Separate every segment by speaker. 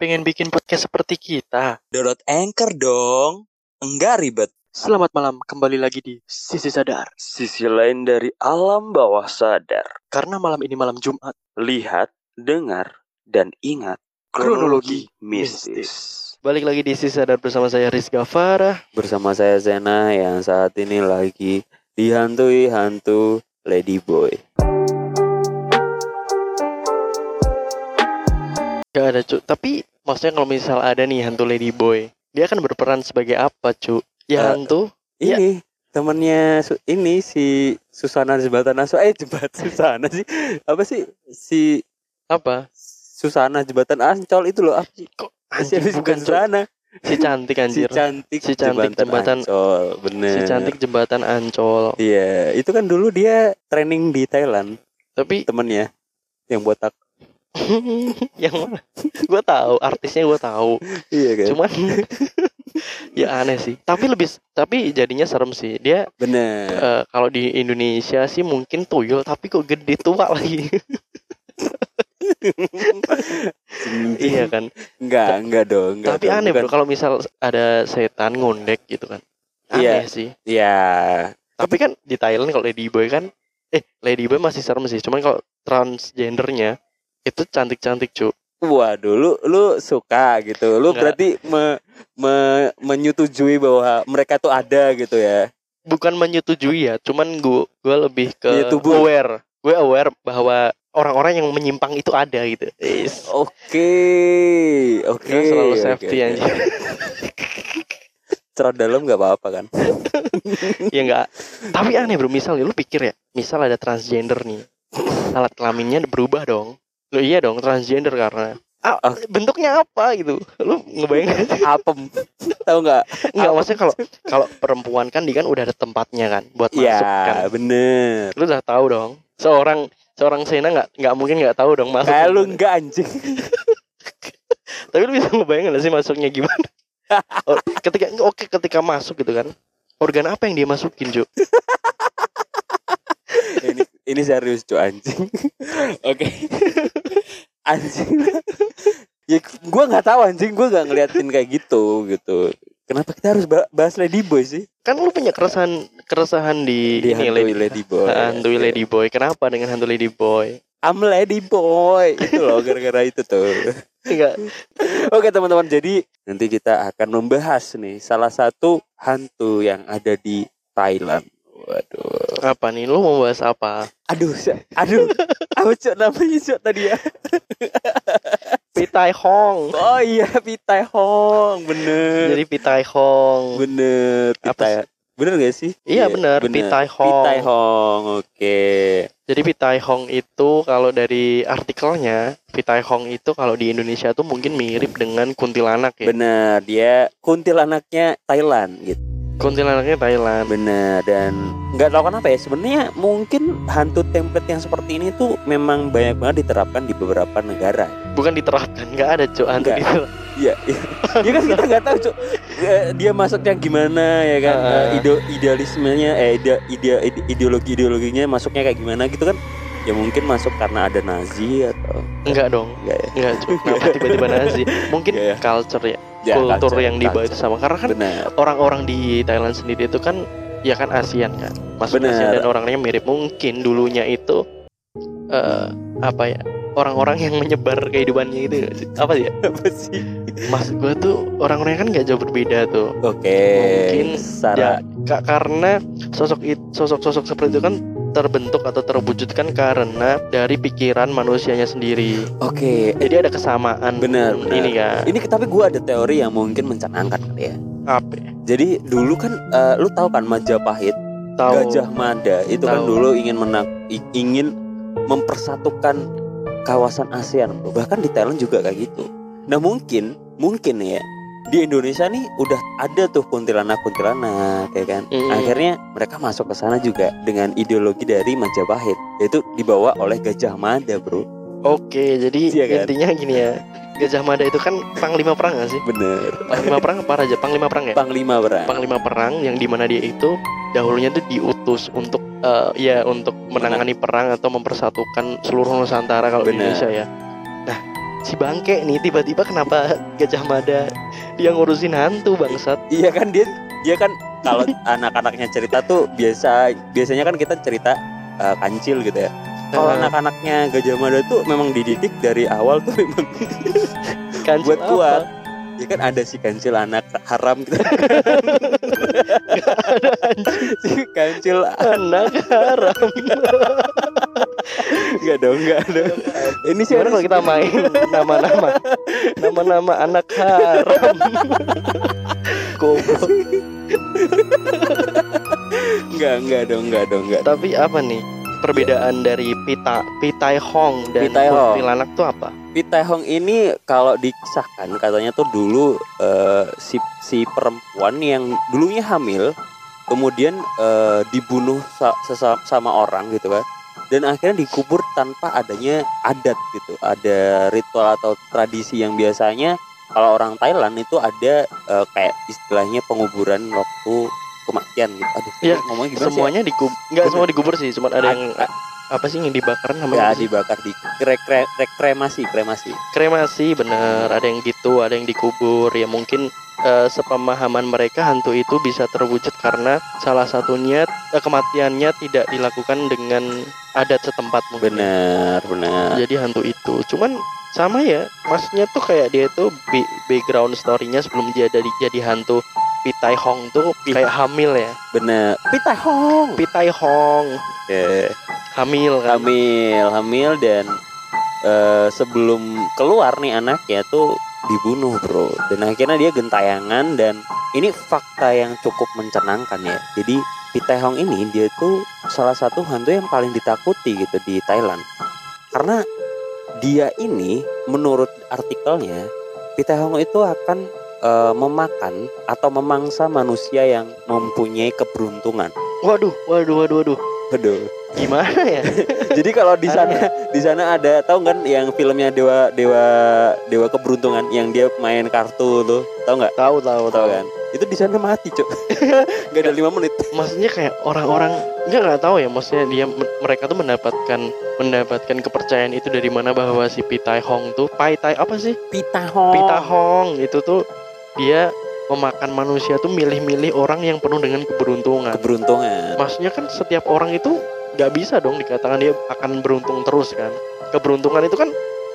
Speaker 1: Pengen bikin podcast seperti kita?
Speaker 2: Download Anchor dong. Enggak ribet.
Speaker 1: Selamat malam, kembali lagi di Sisi Sadar.
Speaker 2: Sisi lain dari alam bawah sadar.
Speaker 1: Karena malam ini malam Jumat,
Speaker 2: Lihat, dengar, dan ingat.
Speaker 1: Kronologi balik lagi di Sisi Sadar bersama saya Rizka Farah.
Speaker 2: Bersama saya Zena yang saat ini lagi dihantui hantu Ladyboy.
Speaker 1: Gak ada cu, tapi maksudnya kalau misal ada nih hantu Lady Boy, dia akan berperan sebagai apa cu? Ya
Speaker 2: Eh,
Speaker 1: hantu? Iya.
Speaker 2: Ini temennya su- ini si Susana Jembatan Asu. Eh jebat Susana sih. Apa sih si
Speaker 1: Apa?
Speaker 2: Susana Jembatan Ancol itu loh. Apa sih?
Speaker 1: Kok
Speaker 2: Siapa
Speaker 1: anjing
Speaker 2: sih
Speaker 1: bukan
Speaker 2: bukan
Speaker 1: cu?
Speaker 2: Susana?
Speaker 1: Si cantik
Speaker 2: Si
Speaker 1: anjir.
Speaker 2: cantik,
Speaker 1: Si cantik jembatan-
Speaker 2: Ancol, bener.
Speaker 1: Si cantik jembatan Ancol.
Speaker 2: Iya, itu kan dulu dia training di Thailand,
Speaker 1: Tapi
Speaker 2: temennya yang botak.
Speaker 1: yang mana? Gue tahu artisnya gue tahu.
Speaker 2: Iya kan?
Speaker 1: Cuman ya aneh sih. Tapi lebih tapi jadinya serem sih. Dia
Speaker 2: Bener.
Speaker 1: eh, kalau di Indonesia sih mungkin tuyul tapi kok gede tua lagi. iya kan.
Speaker 2: Enggak, enggak dong. Enggak
Speaker 1: Tapi
Speaker 2: dong,
Speaker 1: aneh
Speaker 2: bukan.
Speaker 1: bro kalau misal ada setan ngondek gitu kan. Aneh
Speaker 2: Iya.
Speaker 1: sih.
Speaker 2: Iya.
Speaker 1: Tapi kan di Thailand kalau ladyboy kan eh ladyboy masih serem sih. Cuman kalau transgendernya itu cantik-cantik, cu.
Speaker 2: Waduh, lu lu suka gitu. Lu
Speaker 1: Enggak.
Speaker 2: berarti me, me- menyetujui bahwa mereka tuh ada gitu ya.
Speaker 1: Bukan menyetujui ya, cuman gua gua lebih ke
Speaker 2: Iya, tubuh.
Speaker 1: aware. Gue aware bahwa orang-orang yang menyimpang itu ada gitu. Is.
Speaker 2: Oke. Oke.
Speaker 1: Kita selalu
Speaker 2: Iya, oke,
Speaker 1: safety
Speaker 2: oke.
Speaker 1: anjir.
Speaker 2: Cerot dalam enggak apa-apa kan?
Speaker 1: ya enggak. Tapi aneh bro, misalnya lu pikir ya, misal ada transgender nih. Alat kelaminnya berubah dong. Lu iya dong, transgender karena Ah,
Speaker 2: Oke.
Speaker 1: bentuknya apa gitu. Lu ngebayangin
Speaker 2: Apem. Tahu enggak?
Speaker 1: Enggak maksudnya kalau kalau perempuan kan dia kan udah ada tempatnya kan buat masuk kan.
Speaker 2: Iya, bener.
Speaker 1: Lu udah tahu dong. Seorang seorang Sena nggak nggak mungkin nggak tahu dong masuk.
Speaker 2: Kayak Nah, lu enggak anjing.
Speaker 1: Tapi lu bisa ngebayangin nggak sih masuknya gimana? O- ketika oke ketika masuk gitu kan. Organ apa yang dia masukin, Ju?
Speaker 2: ini ini serius cuy anjing oke anjing ya gue nggak tahu anjing gue nggak ngeliatin kayak gitu gitu kenapa kita harus ba- bahas lady boy sih
Speaker 1: Kan lu punya keresahan keresahan di, ini
Speaker 2: Dihantui boy
Speaker 1: Hantu Lady Boy. Kenapa dengan hantu Lady Boy?
Speaker 2: I'm lady boy itu loh gara-gara itu tuh
Speaker 1: Enggak.
Speaker 2: oke teman-teman jadi nanti kita akan membahas nih salah satu hantu yang ada di Thailand waduh
Speaker 1: Apa nih? Lu mau bahas apa?
Speaker 2: aduh Cok. aduh aku cok namanya cok tadi ya
Speaker 1: Pitai Hong.
Speaker 2: oh iya Pitai Hong bener
Speaker 1: Jadi Pitai Hong.
Speaker 2: Bener,
Speaker 1: Apa
Speaker 2: pita ya. Bener gak sih?
Speaker 1: Iya benar, Pitai Hong.
Speaker 2: Pitai Hong, oke.
Speaker 1: Jadi Pitai Hong itu kalau dari artikelnya Pitai Hong itu kalau di Indonesia tuh mungkin mirip dengan kuntilanak ya.
Speaker 2: Bener, dia kuntilanaknya Thailand gitu.
Speaker 1: Kuntilanaknya Thailand.
Speaker 2: Bener, dan nggak tahu kenapa ya sebenarnya mungkin hantu template yang seperti ini tuh memang banyak banget diterapkan di beberapa negara.
Speaker 1: Bukan diterapkan, nggak ada cuy hantu
Speaker 2: Nggak.
Speaker 1: itu.
Speaker 2: Iya, iya. Ya kan kita nggak tahu Cuk. Eh, dia masuknya gimana ya kan?
Speaker 1: Ah.
Speaker 2: Eh, ide- idealismenya, eh ide, ide, ide- ideologi-ideologinya masuknya kayak gimana gitu kan? Ya mungkin masuk karena ada Nazi atau
Speaker 1: Enggak dong.
Speaker 2: enggak ya?
Speaker 1: Enggak cuy. Kenapa tiba-tiba Nazi? Mungkin
Speaker 2: Nggak ya.
Speaker 1: culture ya,
Speaker 2: Ya,
Speaker 1: kultur
Speaker 2: culture,
Speaker 1: yang dibawa itu
Speaker 2: culture.
Speaker 1: sama. Karena kan
Speaker 2: benar
Speaker 1: orang-orang di Thailand sendiri itu kan ya kan ASEAN kan. Masuk
Speaker 2: Benar.
Speaker 1: ASEAN dan orangnya mirip. Mungkin dulunya itu eh apa ya? Orang-orang yang menyebar kehidupannya itu nggak sih? apa sih? ya?
Speaker 2: apa sih
Speaker 1: Maksud gua tuh orang-orangnya kan nggak jauh berbeda tuh.
Speaker 2: oke
Speaker 1: Mungkin
Speaker 2: Sarah
Speaker 1: Ya, ka- karena sosok it- sosok-sosok seperti itu kan terbentuk atau terwujudkan karena dari pikiran manusianya sendiri.
Speaker 2: oke
Speaker 1: Jadi ada kesamaan.
Speaker 2: Benar, benar.
Speaker 1: Ini kan
Speaker 2: ini tapi gue ada teori yang mungkin mencanangkan kali ya
Speaker 1: apa? ya?
Speaker 2: jadi dulu kan eh, lu tahu kan Majapahit
Speaker 1: Tahu.
Speaker 2: Gajah Mada itu kan
Speaker 1: Tahu.
Speaker 2: dulu ingin menak i- ingin mempersatukan kawasan ASEAN bro. bahkan di Thailand juga kayak gitu nah mungkin mungkin ya di Indonesia nih udah ada tuh kuntilanak-kuntilanak ya kan
Speaker 1: Mm-mm.
Speaker 2: Akhirnya mereka masuk ke sana juga dengan ideologi dari Majapahit yaitu dibawa oleh Gajah Mada, Bro.
Speaker 1: Oke, jadi
Speaker 2: Iya kan?
Speaker 1: intinya gini ya. Gajah Mada itu kan panglima perang gak sih?
Speaker 2: Bener.
Speaker 1: Panglima perang apa raja? Panglima perang ya?
Speaker 2: Panglima berang.
Speaker 1: Panglima perang yang dimana dia itu dahulunya tuh diutus untuk eh, ya untuk menangani perang atau mempersatukan seluruh Nusantara kalau di
Speaker 2: Benar.
Speaker 1: Indonesia ya. Nah, si bangke nih tiba-tiba kenapa Gajah Mada dia ngurusin hantu bangsat
Speaker 2: Iya kan dia dia kan kalau anak-anaknya cerita tuh biasa biasanya kan kita cerita eh, kancil gitu ya. Kalau
Speaker 1: Eh,
Speaker 2: anak-anaknya Gajah Mada tuh memang dididik dari awal tuh memang
Speaker 1: kancil
Speaker 2: buat
Speaker 1: apa?
Speaker 2: kuat. Ya kan ada si kancil anak haram gitu. si kancil
Speaker 1: anak haram
Speaker 2: enggak dong enggak dong. Ini sih
Speaker 1: gimana kalau kita main nama-nama nama-nama anak haram Goblok.
Speaker 2: enggak enggak dong enggak dong enggak.
Speaker 1: tapi apa nih perbedaan dari pita pitai hong dan
Speaker 2: Pitai Hong.
Speaker 1: kuntilanak tuh apa
Speaker 2: Pitehong ini kalau dikisahkan katanya tuh dulu eh, si si perempuan yang dulunya hamil kemudian eh, dibunuh sa- sesa- sama orang gitu kan dan akhirnya dikubur tanpa adanya adat gitu ada ritual atau tradisi yang biasanya kalau orang Thailand itu ada eh, kayak istilahnya penguburan waktu kematian gitu aduh
Speaker 1: Iya,
Speaker 2: ngomongnya gimana sih ya?
Speaker 1: semuanya digubur nggak semua digubur sih cuma ada yang a- apa sih yang dibakar
Speaker 2: ya
Speaker 1: namanya apa sih?
Speaker 2: dibakar di kre- kre- kre- kremasi kremasi
Speaker 1: kremasi bener ada yang gitu ada yang dikubur ya mungkin eh, sepemahaman mereka hantu itu bisa terwujud karena salah satunya eh, kematiannya tidak dilakukan dengan adat setempat mungkin
Speaker 2: benar benar
Speaker 1: jadi hantu itu cuman sama ya maksudnya tuh kayak dia tuh bi- background story-nya sebelum dia dari jadi hantu Pitai Hong tuh
Speaker 2: Pi-
Speaker 1: kayak hamil ya
Speaker 2: benar Pitehong
Speaker 1: Pitai Hong
Speaker 2: Ya,
Speaker 1: hamil kan
Speaker 2: hamil, hamil dan eh, sebelum keluar nih anaknya tuh dibunuh bro dan akhirnya dia gentayangan dan ini fakta yang cukup mencenangkan ya jadi Pitehong ini dia tuh salah satu hantu yang paling ditakuti gitu di Thailand karena dia ini menurut artikelnya Pitehong itu akan eh, memakan atau memangsa manusia yang mempunyai keberuntungan
Speaker 1: waduh waduh waduh waduh
Speaker 2: Aduh.
Speaker 1: gimana ya
Speaker 2: Jadi kalau di sana di sana ada tahu kan yang filmnya Dewa Dewa Dewa Keberuntungan yang dia main kartu tuh, tahu nggak?
Speaker 1: tahu tahu
Speaker 2: Tahu kan? Itu di sana mati, Cuk. Gak ada lima menit.
Speaker 1: maksudnya kayak orang-orang nggak nggak tahu ya maksudnya dia mereka tuh mendapatkan mendapatkan kepercayaan itu dari mana bahwa si Pitai Hong tuh Pai Tai apa sih
Speaker 2: Pitahong.
Speaker 1: Pitai Hong itu tuh dia memakan manusia tuh milih-milih orang yang penuh dengan keberuntungan
Speaker 2: Keberuntungan.
Speaker 1: maksudnya kan setiap orang itu nggak bisa dong dikatakan dia akan beruntung terus kan keberuntungan itu kan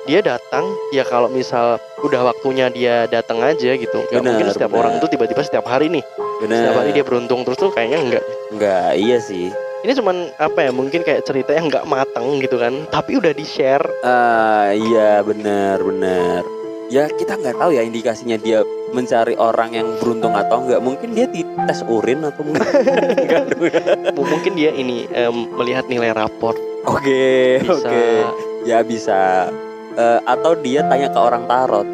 Speaker 1: dia datang ya kalau misal udah waktunya dia datang aja gitu nggak
Speaker 2: Benar,
Speaker 1: mungkin setiap
Speaker 2: benar.
Speaker 1: orang tuh tiba-tiba setiap hari nih
Speaker 2: Benar.
Speaker 1: setiap hari dia beruntung terus tuh kayaknya enggak
Speaker 2: Enggak, iya sih.
Speaker 1: ini cuman apa ya mungkin kayak cerita yang nggak matang gitu kan tapi udah di share
Speaker 2: Ah, iya benar, benar. Ya kita nggak tahu ya indikasinya dia mencari orang yang beruntung atau enggak. Mungkin dia tes urin atau mungkin enggak.
Speaker 1: mungkin dia ini em, melihat nilai raport
Speaker 2: Oke,
Speaker 1: bisa
Speaker 2: oke. Ya bisa. Eh, atau dia tanya ke orang tarot.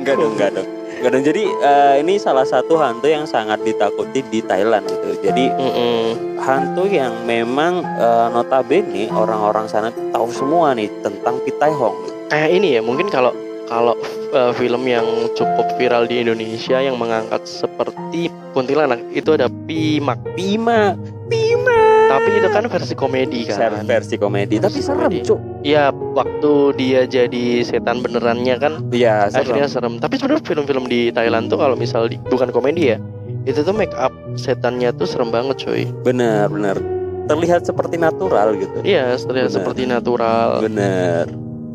Speaker 2: enggak dong, enggak dong. Enggak dong. Jadi eh, ini salah satu hantu yang sangat ditakuti di Thailand gitu. Jadi
Speaker 1: Mm-mm.
Speaker 2: hantu yang memang eh, notabene orang-orang sana tuh tahu semua nih tentang Pitai Hong.
Speaker 1: kayak ini ya mungkin kalau kalau eh, film yang cukup viral di Indonesia yang mengangkat seperti kuntilanak itu ada Pimak
Speaker 2: Bima, Bima.
Speaker 1: tapi itu kan versi komedi
Speaker 2: Ser-
Speaker 1: kan
Speaker 2: versi komedi, tapi
Speaker 1: Versi
Speaker 2: serem,
Speaker 1: komedi.
Speaker 2: Cuk.
Speaker 1: Iya waktu dia jadi setan benerannya kan
Speaker 2: Iya,
Speaker 1: akhirnya
Speaker 2: serem.
Speaker 1: serem tapi sebenarnya film-film di Thailand tuh kalau misal di- bukan komedi ya itu tuh make up setannya tuh serem banget cuy
Speaker 2: Benar, benar. Terlihat seperti natural gitu.
Speaker 1: Iya, terlihat
Speaker 2: Benar.
Speaker 1: seperti natural.
Speaker 2: Bener.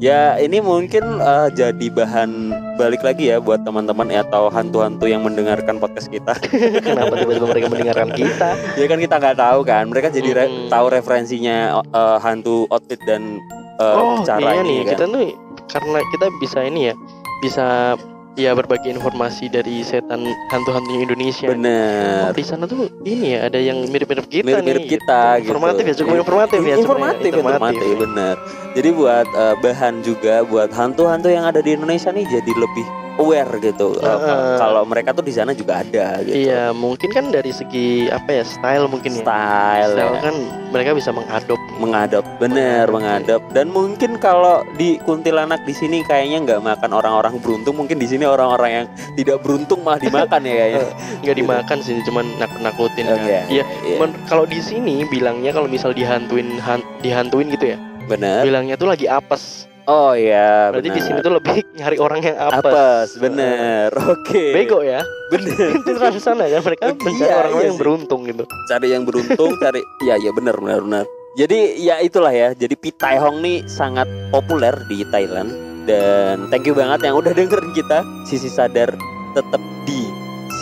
Speaker 2: Ya ini mungkin eh, jadi bahan balik lagi ya buat teman-teman ya, atau hantu-hantu yang mendengarkan podcast kita.
Speaker 1: Kenapa tiba-tiba mereka mendengarkan kita?
Speaker 2: ya kan kita nggak tahu kan, mereka jadi re-
Speaker 1: Mm-mm.
Speaker 2: tahu referensinya eh, hantu outfit dan eh,
Speaker 1: oh, iya
Speaker 2: cara ini
Speaker 1: nih,
Speaker 2: kan.
Speaker 1: kita tuh karena kita bisa ini ya, bisa ya berbagi informasi dari setan hantu-hantunya Indonesia.
Speaker 2: Bener.
Speaker 1: Oh, di sana tuh ini ya, ada yang mirip-mirip kita
Speaker 2: mirip-mirip
Speaker 1: nih.
Speaker 2: kita gitu.
Speaker 1: Informatif ya, cukup informatif ya. sebenarnya.
Speaker 2: informatif, informatif, gitu. bener. Jadi buat eh, bahan juga buat hantu-hantu yang ada di Indonesia nih jadi lebih aware gitu. Eh,
Speaker 1: Heeh.
Speaker 2: Kalau mereka tuh di sana juga ada gitu.
Speaker 1: Iya, mungkin kan dari segi apa ya, style mungkin ya.
Speaker 2: Style, ya.
Speaker 1: Style kan mereka bisa mengadop.
Speaker 2: mengadop bener mengadop dan mungkin kalau di kuntilanak di sini kayaknya nggak makan orang-orang beruntung mungkin di sini orang-orang yang tidak beruntung malah dimakan ya Iya. kayaknya
Speaker 1: nggak dimakan sih, cuman nakut-nakutin kan.
Speaker 2: Oke,
Speaker 1: Iya, Men- kalau di sini bilangnya kalau misal dihantuin han- dihantuin gitu ya
Speaker 2: benar
Speaker 1: bilangnya tuh lagi apes
Speaker 2: oh ya
Speaker 1: berarti di sini
Speaker 2: benar
Speaker 1: tuh lebih nyari orang yang apes,
Speaker 2: apes benar oke
Speaker 1: bego ya
Speaker 2: bener
Speaker 1: itu kan sana kan mereka
Speaker 2: Iya,
Speaker 1: mencari
Speaker 2: iya
Speaker 1: orang-orang yang
Speaker 2: sih.
Speaker 1: beruntung gitu
Speaker 2: cari yang beruntung cari ya ya benar benar benar jadi ya itulah ya jadi Pitai Hong nih sangat populer di Thailand dan thank you banget yang udah dengerin kita sisi sadar tetap di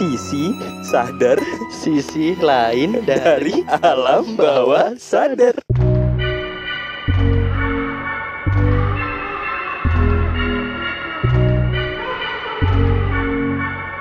Speaker 2: sisi sadar
Speaker 1: sisi lain dari
Speaker 2: dari alam bawah sadar